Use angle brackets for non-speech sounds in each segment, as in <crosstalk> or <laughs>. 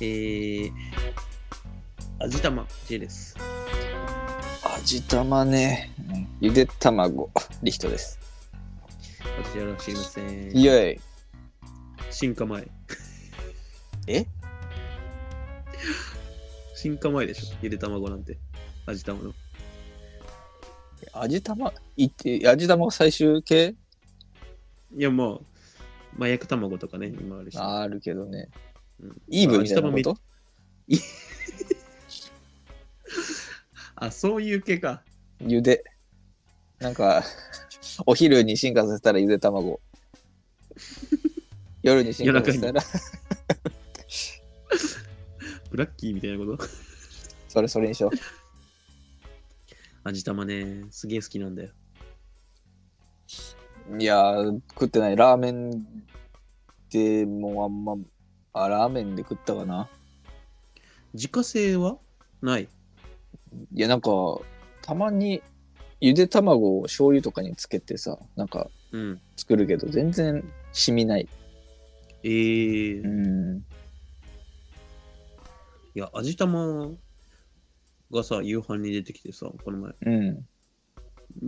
えー、味玉 J です。味玉ね。うんゆで卵、 <laughs> リヒトです。私やら知りません。イェイ。進化前。え進化前でしょ。ゆで卵なんて。味玉の。味玉、いって、味玉が最終形いや、まあ、まあ、焼く卵とかね、今あるし。あーあるけどね。うんイーブンみたいなこ味玉とあ、そういう系か。ゆで。なんか、 <laughs> お昼に進化させたらゆ <laughs> で卵。夜に進化させたら、ブラッキーみたいなこと。 <laughs> それそれにしよう。味玉ね、すげえ好きなんだよ。いやー、食ってない。ラーメンでもうあんま、あ、ラーメンで食ったかな。自家製はない。いや、なんか、たまに、ゆで卵を醤油とかにつけてさ、なんかうん。作るけど、全然染みない。えー、ういん。や、味玉がさ、夕飯に出てきてさ、この前、うん。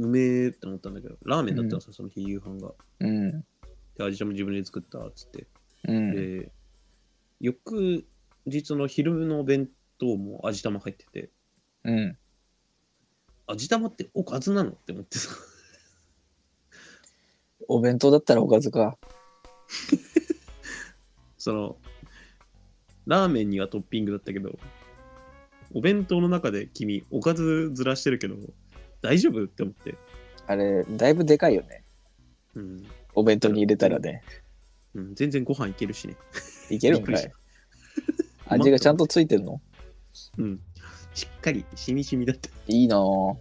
うめえって思ったんだけど、ラーメンだったらさ、その日夕飯が。うん。で、味玉自分で作ったっつって。うん。で、翌日の昼の弁当も味玉入ってて、うん。味玉っておかずなのって思ってさ。 <laughs> お弁当だったらおかずか。そのラーメンにはトッピングだったけどお弁当の中で君おかずずらしてるけど大丈夫って思って、あれ、だいぶでかいよね。うんお弁当に入れたらね。うん、全然ご飯いけるしね、いけるんかびっくい。味がちゃんとついてんの <laughs> うん、しっかりしみしみだったいいなぁ。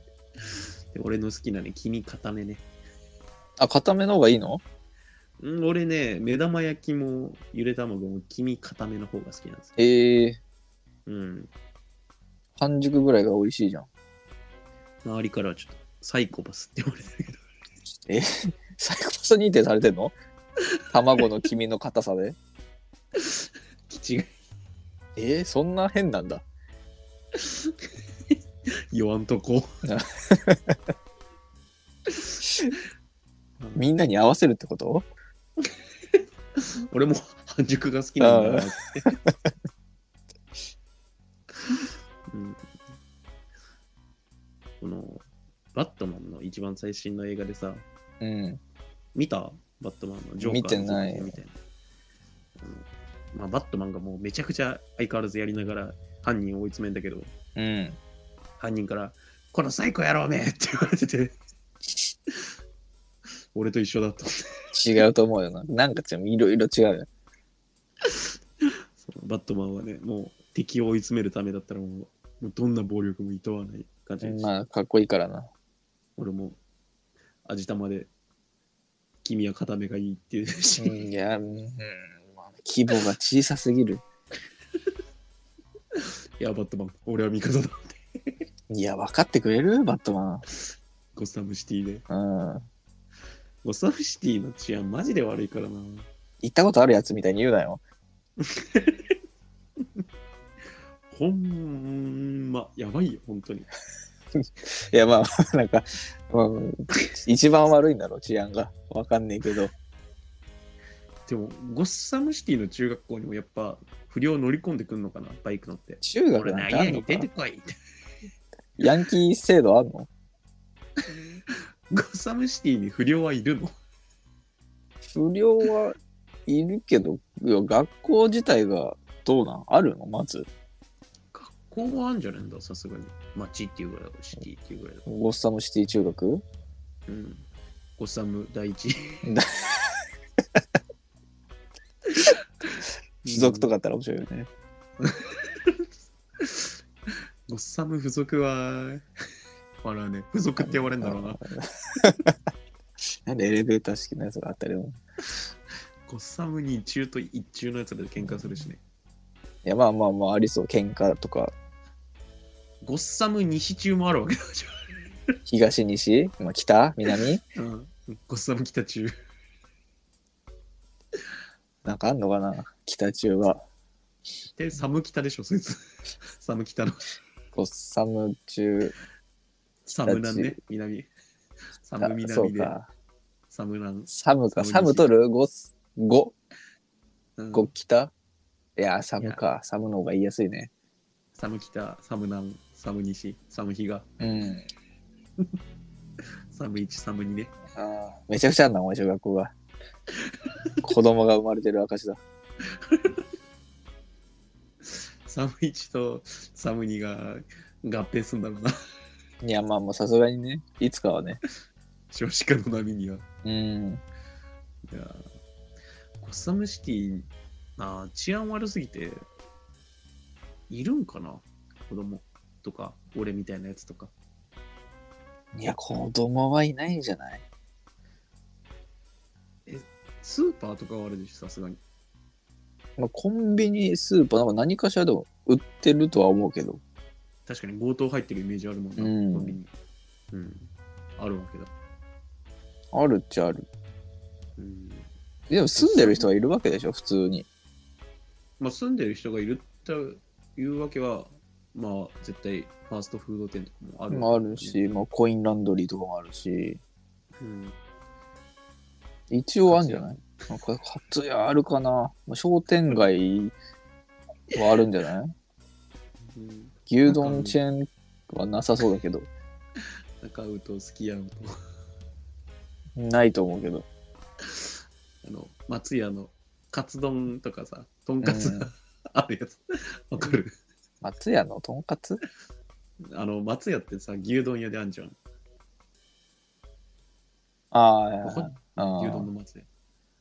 で俺の好きなね黄身固めね、あ、固めの方がいいのうん、俺ね目玉焼きもゆで卵も黄身固めの方が好きなんですよ、えー、うん、半熟ぐらいが美味しいじゃん。周りからはちょっとサイコパスって言われてるけどサイコパス認定されて <laughs> んの卵の黄身の硬さで。気違いえー、そんな変なんだ。言わんとこみんなに合わせるってこと俺も半熟が好きなんだなって。うんこのバットマンの一番最新の映画でさ、うん。見たバットマンのジョーカー見てないみたいな。あのまあ、バットマンがもうめちゃくちゃ相変わらずやりながら犯人を追い詰めんだけど、うん。犯人から、この最高やろうめって言われてて、 <laughs> 俺と一緒だった。違うと思うよな。なんか違う、いろいろ違うよ。そのバットマンはね、もう敵を追い詰めるためだったらもう、もうどんな暴力も厭わない感じです。まあ、かっこいいからな。俺も味玉で、君は固めがいいって <laughs> いうし、うんいや、うん、まあ規模が小さすぎる。いや、バットマン、俺は味方だ。いや、分かってくれるバットマゴッサムシティで。ン。うん。ゴッサムシティの治安マジで悪いからな。行ったことあるやつみたいに言うなよ。ほんま、やばいよ、本当に。いや、まあ、 <laughs> なんか、まあ、一番悪いんだろう、治安が。わかんねえけど。でも、ゴッサムシティの中学校にもやっぱ、不良乗り込んでくんのかな、バイク乗って。中学俺、なん何てあんの々か出てこいって。ヤンキー制度あんのゴッサムシティに不良はいるの不良はいるけど、いや学校自体がどうなんあるのまず。学校はあるんじゃないんだ、さすがに。町っていうぐらいだから、シティっていうぐらいだかゴッサムシティ中学ら。うん。ゴッサム第一。付属とかあったら面白いよね。ゴッサム付属は、笑うね。付属って言われるんだろうな。 <laughs> なんでエレベーター式のやつがあったりも。ゴッサム2中と1中のやつで喧嘩するしね。いや、まあまあまあ、ありそう。喧嘩とか、ゴッサム西中もあるわけだじ東、西、まあ、北、 <laughs> 南、ゃん。うん。ゴッサム北中。なんかあんのかな北中は。で、寒北でしょ、そいつ。 <laughs> 寒北の。こう、サム中、寒南ね、南。寒あそう南で、か。寒南。サムか、寒いサム取る ?5、5、うん5北いやー、サムか。サムの方が言いやすいね。寒北、寒南、寒西、寒東、うん。寒一、寒二ね。あーめちゃくちゃあんな、お前小学校が。子供が生まれてる証だ。寒一と寒二が合併すんだろうな。 <laughs> いや、まあ、もうさすがにね、いつかはね。少子化の波には。うん。いやーゴッサムシティな治安悪すぎているんかな子供とか俺みたいなやつとかいや、子供はいないんじゃないスーパーとかはあるでしょさすがにまあ、コンビニ、スーパー、なんか何かしらでも売ってるとは思うけど。確かに強盗入ってるイメージあるもんな、うんコンビニうんあるわけだあるっちゃある。うんでも住んでる人はいるわけでしょ、普通に。まあ住んでる人がいるというわけはまあ絶対ファーストフード店とかもあるまあ、ある、し、まあ、コインランドリーとかもあるし。うん、一応あるんじゃないなんか、カツヤあるかな、まあ、商店街はあるんじゃ <laughs> ないうん牛丼チェーンはなさそうだけど。中尾とすき家とないと思うけど。あの、松屋のカツ丼とかさ、とんかつ、うんあるやつ。わかる松屋のとんかつあの、松屋ってさ、牛丼屋であんじゃん。あわかるあ、あ牛丼の松屋。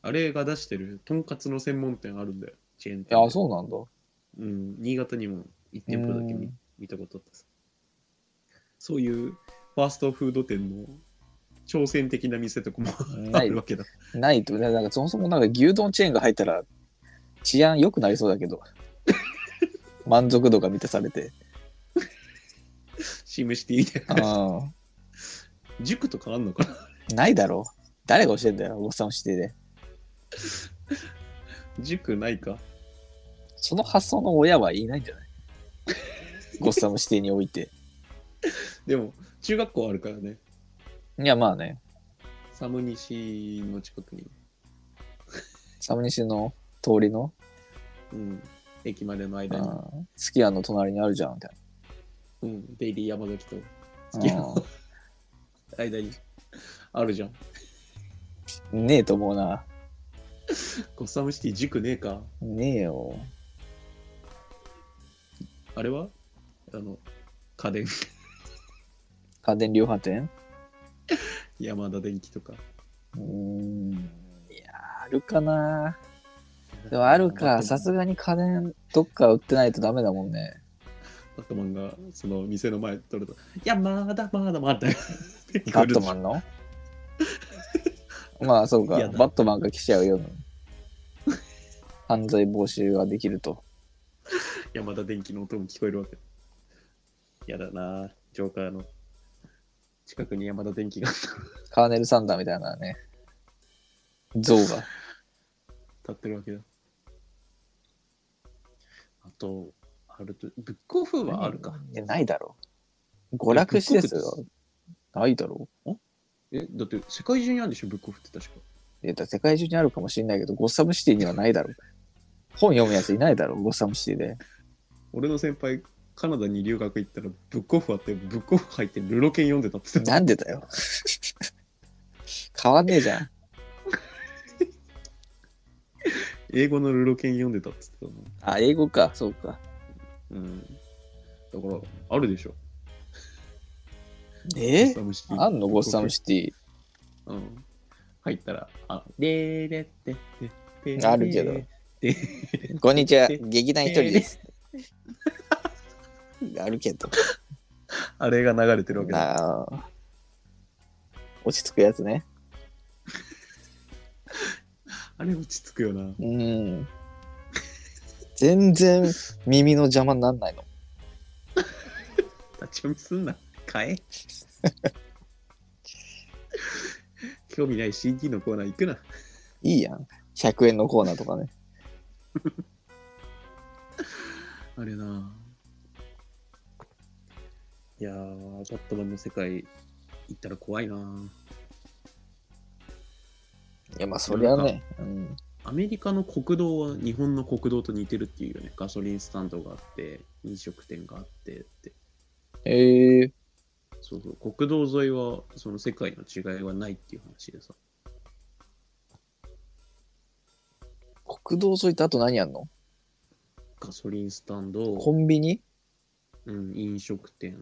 あれが出してる、とんかつの専門店あるんだよ。チェーン店。あ。あ、そうなんだ。うん、新潟にも1店舗だけ見うん見たことあってさ。そういうファーストフード店の挑戦的な店とかもあないるわけだ。ないと、だからなんかそもそもなんか牛丼チェーンが入ったら治安良くなりそうだけ <laughs> ど。満足度が満たされて。シムシティみたいな。う。塾とかあんのかなん <laughs> ないだろう。誰が教えんだよ、おっさんをしてで。塾ないか。その発想の親はいないんじ <laughs> ゃないゴッサムシティにおいて。でも、中学校あるからね。いや、まあね、サムニシの近くに、サムニシの通りの、うん、駅までのう間んに、スキヤの隣にあるじゃん、みたいうん、デイリー山崎とな。月の間にあるじゃん。うんねえと思うな。ゴッサムシティ塾ねえか。ねえよ。あれはあの、家電、家電量販店山田電機とか。うーん。いや、あるかな。でもあるか、さすが。がに家電どっか売ってないとダメだもんね。バットマンが、その店の前取ると、いや、まだまだまだ。バットマン <laughs> のまあそうか、いやだバットマンが記者を読む。犯罪防止ができると。山田電機の音も聞こえるわけ。やだなあジョーカーの近くに山田電機が立カーネル・サンダーみたいなね、像が。ってるわけだ。あと、あると、ブックオフはあるか。いや、ないだろう。娯楽施設いやブックオフよ。ないだろえ、だって世界中にあるんでしょ、ブックオフって確か。う。いや、だから世界中にあるかもしれないけど、ゴッサムシティにはないだろう。本読むやついないだろう、ゴッサムシティで。俺の先輩、カナダに留学行ったら、ブックオフあって、ブックオフ入って、ルロケン読んでたって言ってた。なんでだ <laughs> よ。変わんねえじゃん。英語のルロケン読んでたって言ってあ、英語か、そうか。たもん。うん。だから、あるでしょ。ゴッえサムシティあんの、ゴッサムシシテティ。うん。入ったら、あ、レーレってってってあるけどでィ。こんにちは、劇団一人です。 <laughs> あるけど。あれが流れてるわけだ。なあ落ち着くやつね。あれ落ち着くよな。うん。全然耳の邪魔になんないの。立ち読みすんな。<laughs> 買え。興味ない CD のコーナー行くな。いいやん。100円のコーナーとかね。あれな。いやー、バットマンの世界行ったら怖いな。いや、まあ、そりゃね。うん。アメリカの国道は日本の国道と似てるっていうよね。ガソリンスタンドがあって、飲食店があってって。ええそうそう。国道沿いは、その世界の違いはないっていう話でさ。国道沿いってあと何やんのガソリンスタンド、コンビニうん、飲食店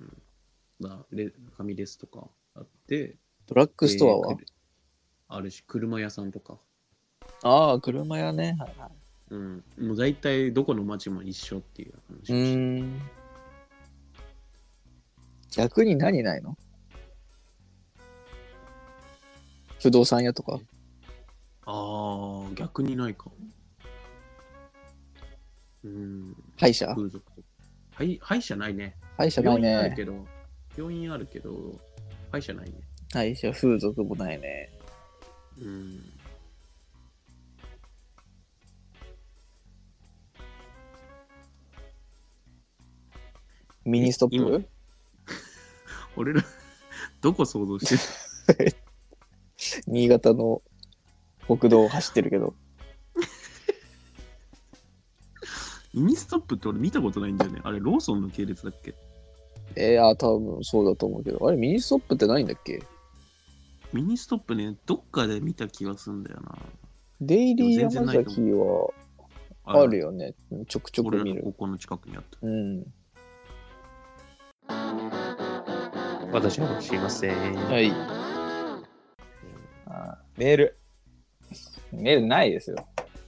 がレ、ファミレスとかあって、ドラッグストアは、でくるあるし、車屋さんとか。ああ、車屋ね。はいはい。うん。もう大体どこの街も一緒っていう話をしうてーん。逆に何ないの不動産屋とか。ああ、逆にないかも。うん、歯医者風俗とか。はい、歯医者ないね。歯医者ない病院あるね。けど、病院あるけど、歯医者ないね。歯医者、風俗もないね。うん。ミニストッ今プ俺ら、 <laughs> どこ想像してる新潟の国道を走ってるけど。ミニストップって俺見たことないんだよね。あれ、ローソンの系列だっけえー、あー、多分そうだと思うけど。あれ、ミニストップってないんだっけミニストップね、どっかで見た気がすんだよな。デイリーでも全然山ないと崎はああるよね。ちょくちょ俺らく見のる。高校の近くにあった。うん。私は知りません。はい。メール。メールないですよ。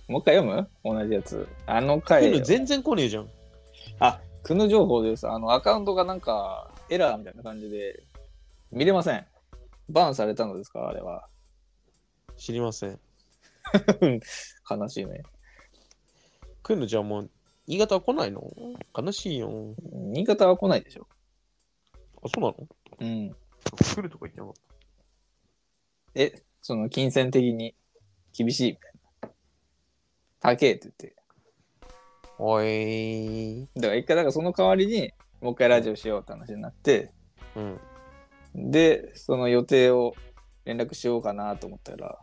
もう一回読む同じやつ。あの回よ。全然来ねえじゃん。あ、くぬ情報です。あの、アカウントがなんか、エラーみたいな感じで、見れません。バンされたのですかあれは。知りません。悲しいね。来るのじゃあもう、新潟は来ないの悲しいよ。新潟は来ないでしょ。あ、そうなのうん。来るとか言ってなかっえ、その、金銭的に厳しいみたいな。高えって言って。た。おい。だから一回、だからその代わりに、もう一回ラジオしようって話になって、うん。で、その予定を連絡しようかなと思ったら、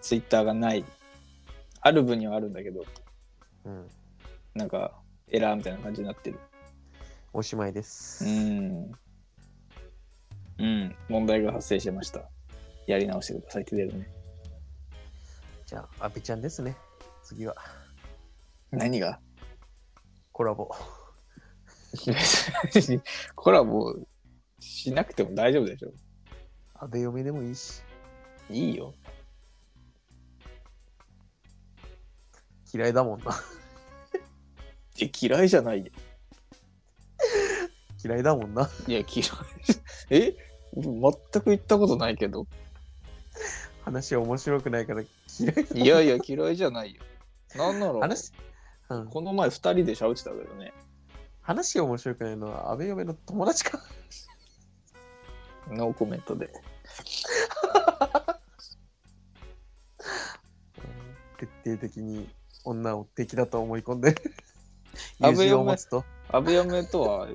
ツイッターがない。ある分にはあるんだけど、うん。なんかエラーみたいな感じになってる。おしまいです。うん。うん。問題が発生しました。やり直してくださいって出るね。じゃあ、阿部ちゃんですね。次は、何が <laughs> コラボ。別にコラボしなくても大丈夫でしょ。阿部嫁でもいいし、いいよ。嫌いだもんな。え、嫌いじゃないよ。嫌いだもんな。 <laughs> いや、嫌い。え全く言ったことないけど。話は面白くないから嫌いだ。いやいや、嫌いじゃないよ。なんなら。話、うん、この前2人で喋ってたけどね。話が面白くないのは阿部嫁の友達か。 <laughs> ノーコメントで。徹底的に女を敵だと思い込ん <laughs> で阿友部嫁人を持つと阿部嫁とは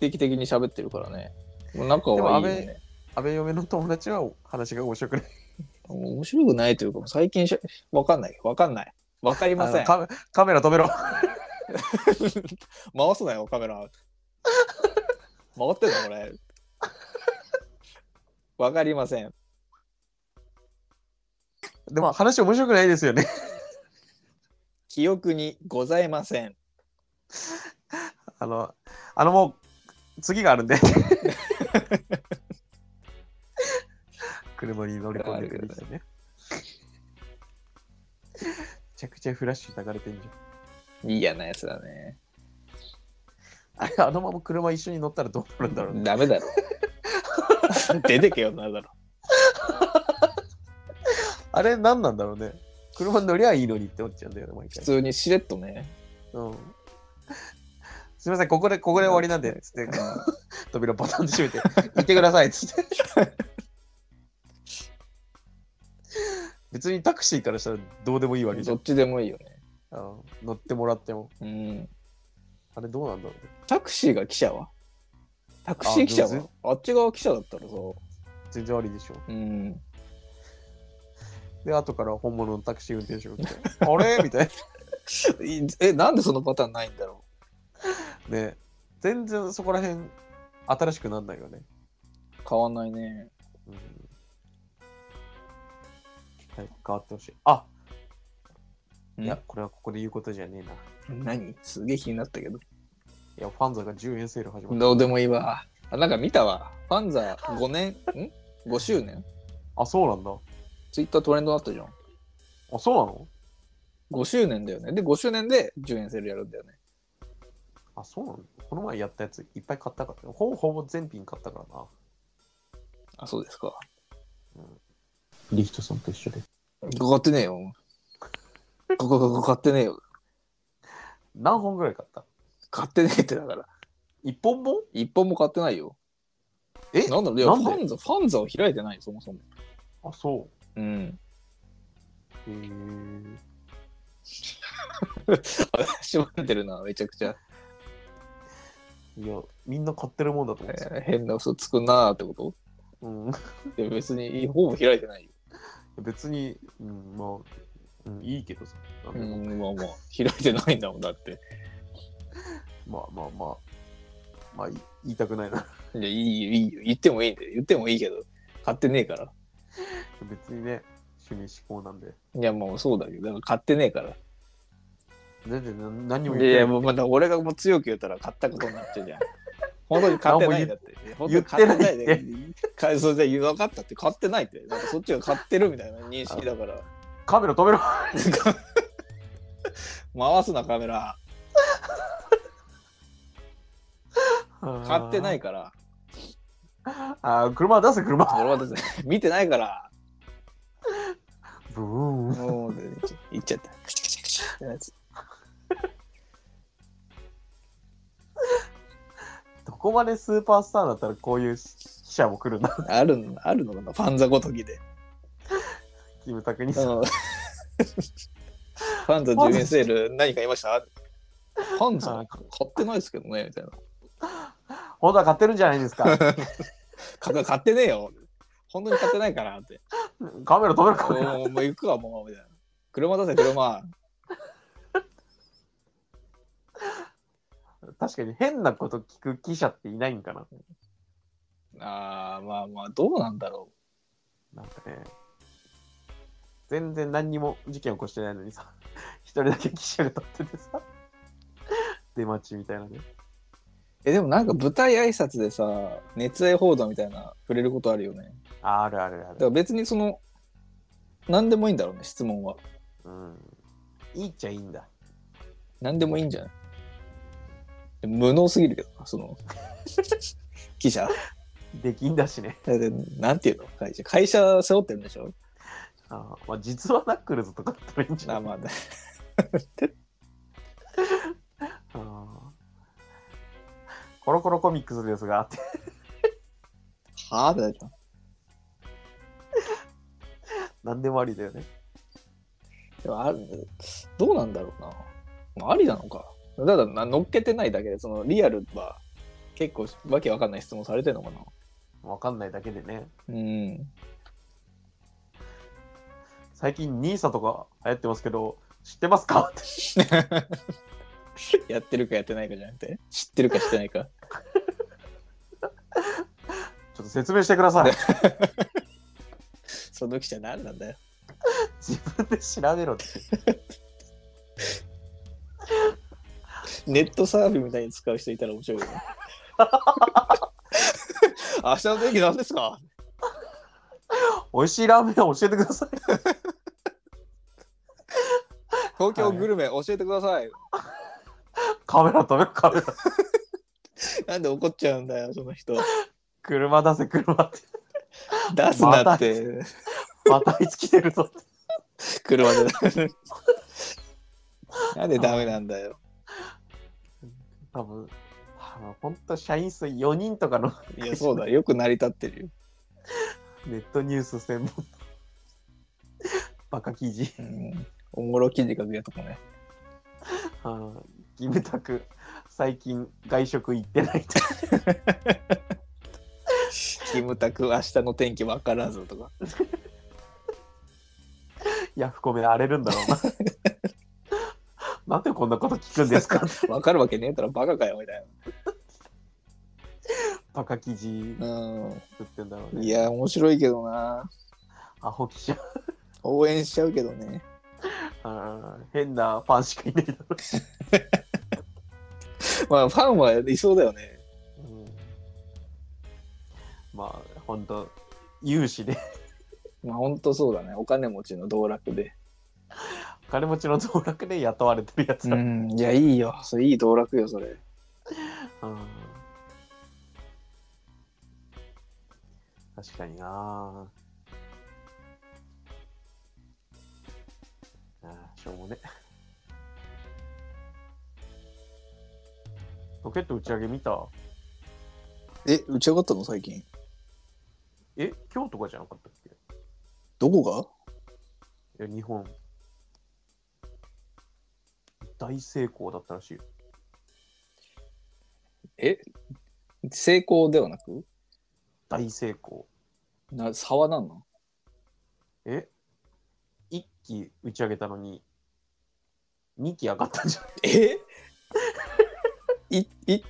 定期的に喋ってるからね。もう仲はいいよでもね。阿部嫁の友達は話が面白くないもう面白くないというか、最近しゃわかんない。わかんない。わかりませあのカメん。カメラ止めろ <laughs> 回すなよ、カメラ。回ってんのこれ。わかりません。でも話面白くないですよね記憶にございません。あのあのもう次があるんで車に乗り込んでくるんですよねめちゃくちゃフラッシュ流れてんじゃん嫌なやつだね。あれあのまま車一緒に乗ったらどうなるんだろうねダメだろ。 <laughs> 出てけよ、なるだろ。あれ何なんだろうね車に乗りゃいいのにって思っちゃうんだよね毎普回通にしれっとね。うんすみません、ここで、ここで終わりなんで、つってうん、扉バタンで閉めて、 <laughs> 行ってください、つって。別にタクシーからしたらどうでもいいわけじゃどんっ。ちでもいいよね。あの乗ってもらっても。うん。あれどうなんだろうね。タクシーが記者はタクシー記者あ全はあっち側記者だったらさ。全然ありでしょ。うん。で、後から本物のタクシー運転手が来て、あれみたいいえ、なんでそのパターンないんだろな。ね全然そこら辺、新しくなんないよね。う変わんないね。うんはい、変わってほしい。あいや、これはここで言うことじゃねえな。い何すげえ気になったけど。や、ファンザが10円セール始まった。どうでもいいわ。あなんか見たわ。ファンザ5年、ん ?5 周年あ、そうなんだ。ツイッタートレンドになったじゃん。あ、そうなの5周年だよね。で、5周年で10円セールやるんだよね。あ、そうなのこの前やったやついっぱい買ったから、ほぼほぼ全品買ったからな。あ、そうですか。リヒトさんと一緒で。こ買ってねえよ。ここ、ここ買ってねえよ。何本ぐらい買った買ってねえってだから。一本本一本も買ってないよ。えなんだろういや、なフんでァンザ、ファンザを開いてないよ、そもそも。あ、そうん。う。へえ。絞れてるな、めちゃくちゃ。いや、みんな買ってるもんだと思ってた。えー変な嘘つくなーってことうん。いや別に、ほぼ開いてないよ。 <laughs> 別に、うん、まあ、うん、いいけどさ。なんうでもん、まあまあ、開いてないんだもん、だって。まあまあまあ、まあ、い言いたくない <laughs> な。いや、いいよ、いいよ。言ってもいいんだよ。言ってもいいけど、買ってねえから。別にね、趣味嗜好なんで。いや、もうそうだけど、だから買ってねえから。全然何何にもい言やっていや、ない。もうまだ俺がもう強く言ったら買ったことになっちゃうじゃん。 <laughs> 本当に買ってないんだって。本当に買ってない言っで。買いそうじゃ分かったって買ってないって。なんかそっちが買ってるみたいな認識だから。カメラ止めろ。回すなカメラ。 <laughs> 買ってないいから。あー、車出せ、車。俺はですね、見てないから。ブーン。もう、言っちゃった。クチャクチャクチャってなやつどこまでスーパースターだったらこういう記者も来るんだ。あるの、あるのかなファンザごときで。キムタクにうさ。んファンザ10円セール何かいましたファンザ買ってないですけどねみたいな。本当は買ってるんじゃないですか。か買ってねえよ。本当に買ってないからって。カメラ止めろ、カメラ。もうもう行くわもうみたいな。車出せ車。確かに変なこと聞く記者っていないんかな。ああまあまあどうなんだろなんかね。全然何にも事件起こしてないのにさ、一人だけ記者が立っててさ、出待ちみたいなね。う。えでもなんか舞台挨拶でさ熱愛報道みたいな触れることあるよね。あるあるあだかる。ら別にその何でもいいんだろうね質問は。うん。いいっちゃいいんだ。何でもいいんじゃないでも無能すぎるけどなその <laughs> 記者。できんだしね。だってなんていうの会社会社背負ってるんでしょあーまあ、実はナックルズとかだったらいいんじゃあないまあだあーコロコロコミックスですがって、はあってなるじゃん何でもありだよね。でもあるどうなんだろうなまあありなのかただな乗っけてないだけでそのリアルは結構わけわかんない質問されてるのかなわかんないだけでね。うん <laughs> 最近 NISA とか流行ってますけど、知ってますかって。やってるかやってないかじゃなくて知ってるか知ってないちかょっと説明してください。その記者何なんだよ自分で調べろって。ネットサーフィンみたいに使う人いたら面白いよね <laughs> 明日の天気何ですか美味しいラーメンを教えてください。東京グルメ教えてください、カメラ止めろ、カメラ。なんで怒っちゃうんだよその人車出せ、車って。出すなって、またいつ来てるぞって。車 <laughs> でなんでダメなんだよ多分、あの本当社員数4人とかのいやそうだよく成り立ってるよ、ネットニュース専門。バカ記事。うん、おもろ記事書くやつもねあーキムタク、最近外食行ってないとかキムタク、明日の天気わからずとか。ヤフコメ荒れるんだろうななんでこんなこと聞くんですかわかるわけねえだろ、バカかよ、みたいバカ記事な。作ってんだろううん。ねいや、面白いけどな。アホ記者応援しちゃうけどね。あー変なファンしかいないだろうし、まあ、ファンはいそうだよね。うんまあほんと有志で <laughs> まあ、ほんとそうだね。お金持ちの道楽で。金持ちの道楽で雇われてるやつだ、ん、いや、いいよ。それいい道楽よ、それ。うん確かになあーしょうもねロケット打ち上げ見たえ、打ち上がったの、最近。え今日とかじゃなかったっけどこがいや日本大成功だったらしいよえ成功ではなく大成功な差は何なのえ一機打ち上げたのに二機上がったんじゃない <laughs> えい、い、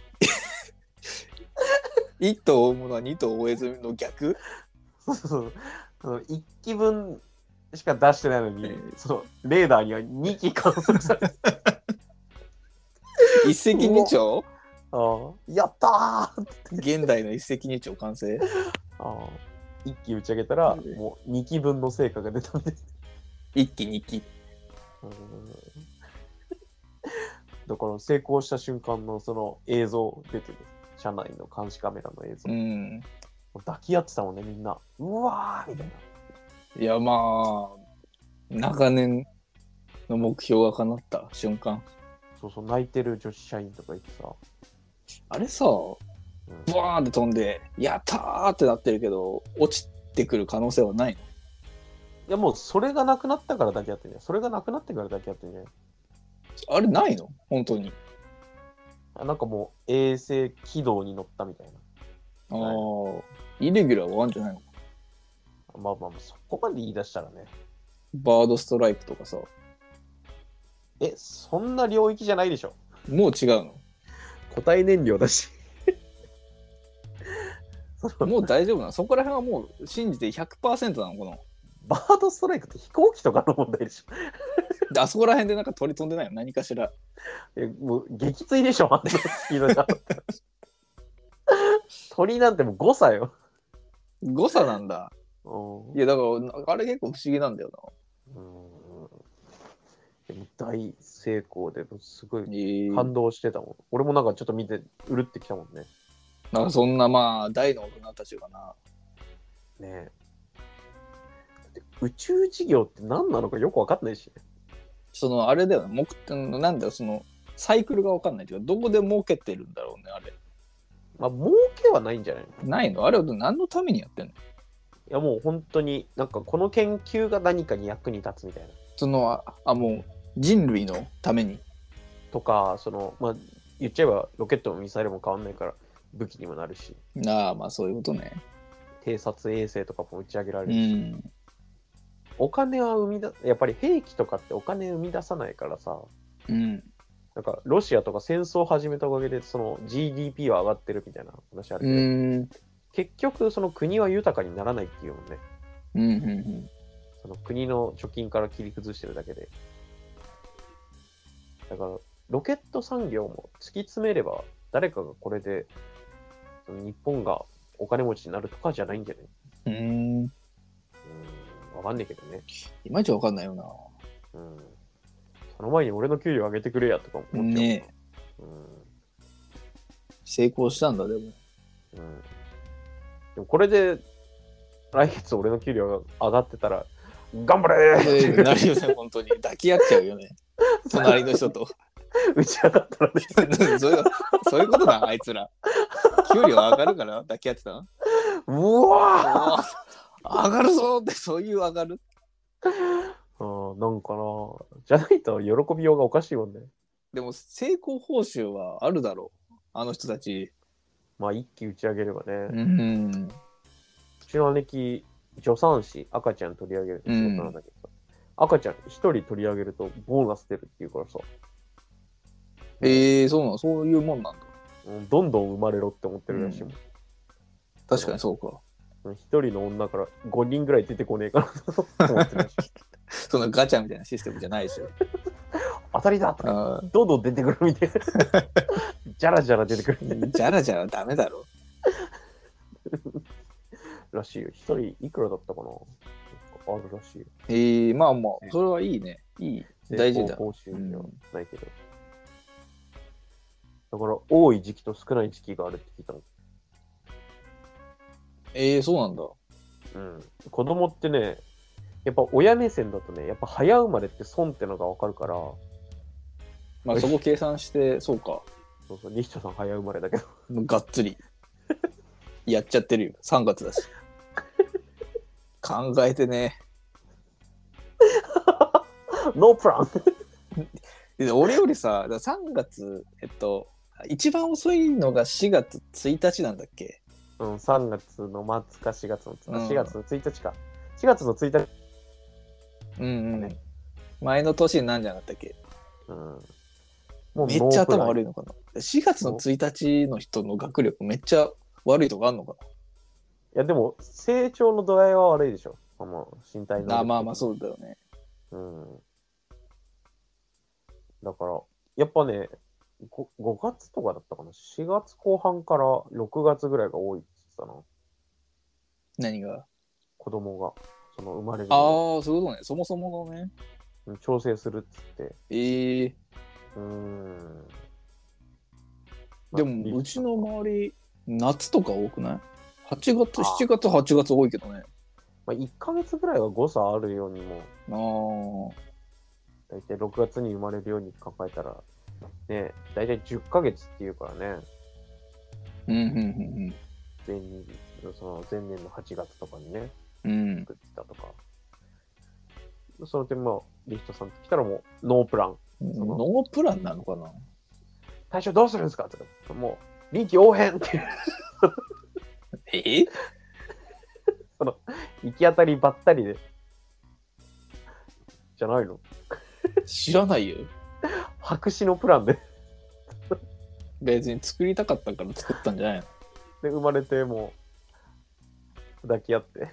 <laughs> 一頭追うものは二頭追えずの逆そうそうそう。1機分しか出してないのに、ええそのレーダーには2機観測 <laughs> されて一石二鳥ああやったーあ現代の一石二鳥完成あ1機打ち上げたら、ええもう2機分の成果が出たんです。一気二気うーん <laughs> だから成功した瞬間のその映像出てる。車内の監視カメラの映像。うん抱き合ってたもんね、みんな。うわーみたいな。いやまあ長年の目標が叶った瞬間そうそう、泣いてる女子社員とかいてさ。あれさブうんワーンって飛んで「やったー!」ってなってるけど落ちてくる可能性はないのいやもうそれがなくなったからだけやってんじゃん。それがなくなってからだけやってんじゃん。あれないの本当にあなんかもう衛星軌道に乗ったみたいな。ああイレギュラーはあるんじゃないのまあまあまあ、そこまで言い出したらね。バードストライクとかさえ、そんな領域じゃないでしょ。もう違う固体燃料だし。 <laughs> のもう大丈夫なのそこら辺はもう信じて100%なのこのバードストライクって飛行機とかの問題でしょ。であそこら辺でなんか鳥飛んでないの何かしらえ、もう撃墜でしょ、あんなスピード <laughs> じゃ。鳥なんてもう誤差よ。誤差なんだうんいやだからあれ結構不思議なんだよなうんでも大成功で、すごいええ感動してたもん。俺もなんかちょっと見て、うるってきたもんね。なんかそんなまあ大の大人たちがなねえ。だって宇宙事業って何なのかよく分かんないし。そのあれだよね目なんだよそのサイクルが分かんないけどどこで儲けてるんだろうねあれまあ、儲けはないんじゃないのいないのあれは何のためにやってんのや、もう本当に、なんかこの研究が何かに役に立つみたいな。そのああもう人類のためにとか、その、まあ、言っちゃえばロケットもミサイルも変わんないから武器にもなるし、ああまあそういうことね偵察衛星とかも打ち上げられうるし、んお金は生み出、やっぱり兵器とかってお金生み出さないからさ、うんなんかロシアとか戦争を始めたおかげで、その GDP は上がってるみたいな話あるうけど、ん結局その国は豊かにならないっていうもんね。うんうんその国の貯金から切り崩してるだけで。だから、ロケット産業も突き詰めれば、誰かがこれで、その日本がお金持ちになるとかじゃないんじゃないうんうんうん、わかんないけどね。いまいち分かんないよなうん。その前に俺の給料上げてくれやとか思っちゃうもん。ね成功したんだでもうん。うん。でもこれで、来月俺の給料が上がってたら、頑張れーっていうなるよね本当に抱き合っちゃうよね隣の人と <laughs> 打ち上がったらね。 <laughs> そういうそういうことだあいつら給料上がるから抱き合ってたのうわあー上がるぞーってそういう上がるーうん、なんかな。じゃないと喜びようがおかしいもんね。でも成功報酬はあるだろう。あの人たち。。まあ、一気打ち上げればね。うんうちの姉貴、助産師、赤ちゃん取り上げるって仕事なんだけどさ、赤ちゃん一人取り上げるとボーナス出るっていうからさ、ええそうなの、そういうもんなんだ。うんどんどん生まれろって思ってるらしいもん。確かにそうか。うん一人の女から5人ぐらい出てこねえかなと思ってるら <laughs> しい。そんなガチャみたいなシステムじゃないし。当たりだとか、あどんどん出てくるみたいな。 <laughs> じゃらじゃら出てくるみたいなーじゃらじゃらダメだろ。 <laughs> らしいよ。一人いくらだったかななんかあるらしいよ。ええまあまあ、それはいいね。いい。大事だ報酬にはないけど。だから、多い時期と少ない時期があるって聞いたの。ええそうなんだ。うん。子供ってね、やっぱ親目線だとね、やっぱ早生まれって損ってのがわかるから、まあそこ計算して、そうか。そうそう、西田さん早生まれだけど、もうがっつ <laughs> り。やっちゃってるよ。3月 <laughs> だし。考えてね。ノープランで俺よりさ、だから3月、えっと、一番遅いのが4月1日なんだっけうん、3月の末か4月の、あうん4月の1日か。4月の1日、うんうん。前の年になんじゃなかったっけうん。もうめっちゃ頭悪い。いのかな。4月の1日の人の学力めっちゃ悪いとこあんのかいや、でも、成長の度合いは悪いでしょ。その身体能力な。あまあまあそうだよね。うん。だから、やっぱね、5, 月とかだったかな。4月後半から6月ぐらいが多いって言ってたな。何が。子供が、その生まれるああの、そういうことね。そもそものね。うん調整するっつって。ええうーん。でまもあうちの周り、夏とか多くない ?8 月、あー7月、8月多いけどね。まあ、1ヶ月ぐらいは誤差あるようにも、ああ。大体6月に生まれるように考えたら、ね、大体10ヶ月っていうからね、うんうん前年その前年の8月とかにね、うんうん。うん。作ってたとか。その点、まあ、リヒトさん来たらもう、ノープラン。のノープランなのかな対象どうするんですかとか、もう、臨機応変っていう、 <laughs> え行き当たりばったりで。じゃないの知らないよ。白紙のプランで。 <laughs> 別に作りたかったから作ったんじゃないので、生まれて、もう、抱き合って。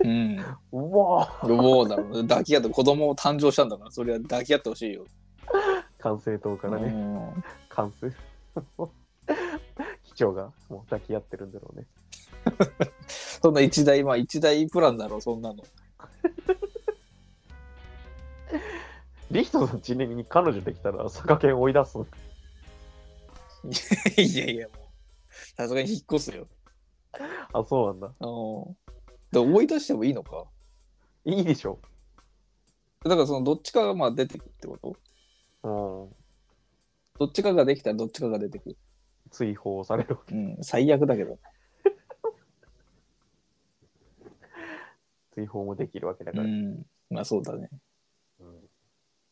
うん。 <laughs> うわ予防だろう。抱き合って子供を誕生したんだから、それは抱き合ってほしいよ。ー管制塔からね、うん管 <laughs> 制。機長が、もう抱き合ってるんだろうね。そんな一大、まあ一大プランだろう、そんなの。 <laughs> リヒトさん、ちなみに彼女できたら、佐賀県追い出すのいやいや、もう。さすがに引っ越すよ。あ、そうなんだ。で追い出してもいいのかいいでしょ。だからそのどっちかがまあ出てくってことうん。どっちかができたらどっちかが出てくる。追放される。うん、最悪だけど。追放もできるわけだかうら。ん。まあそうだね。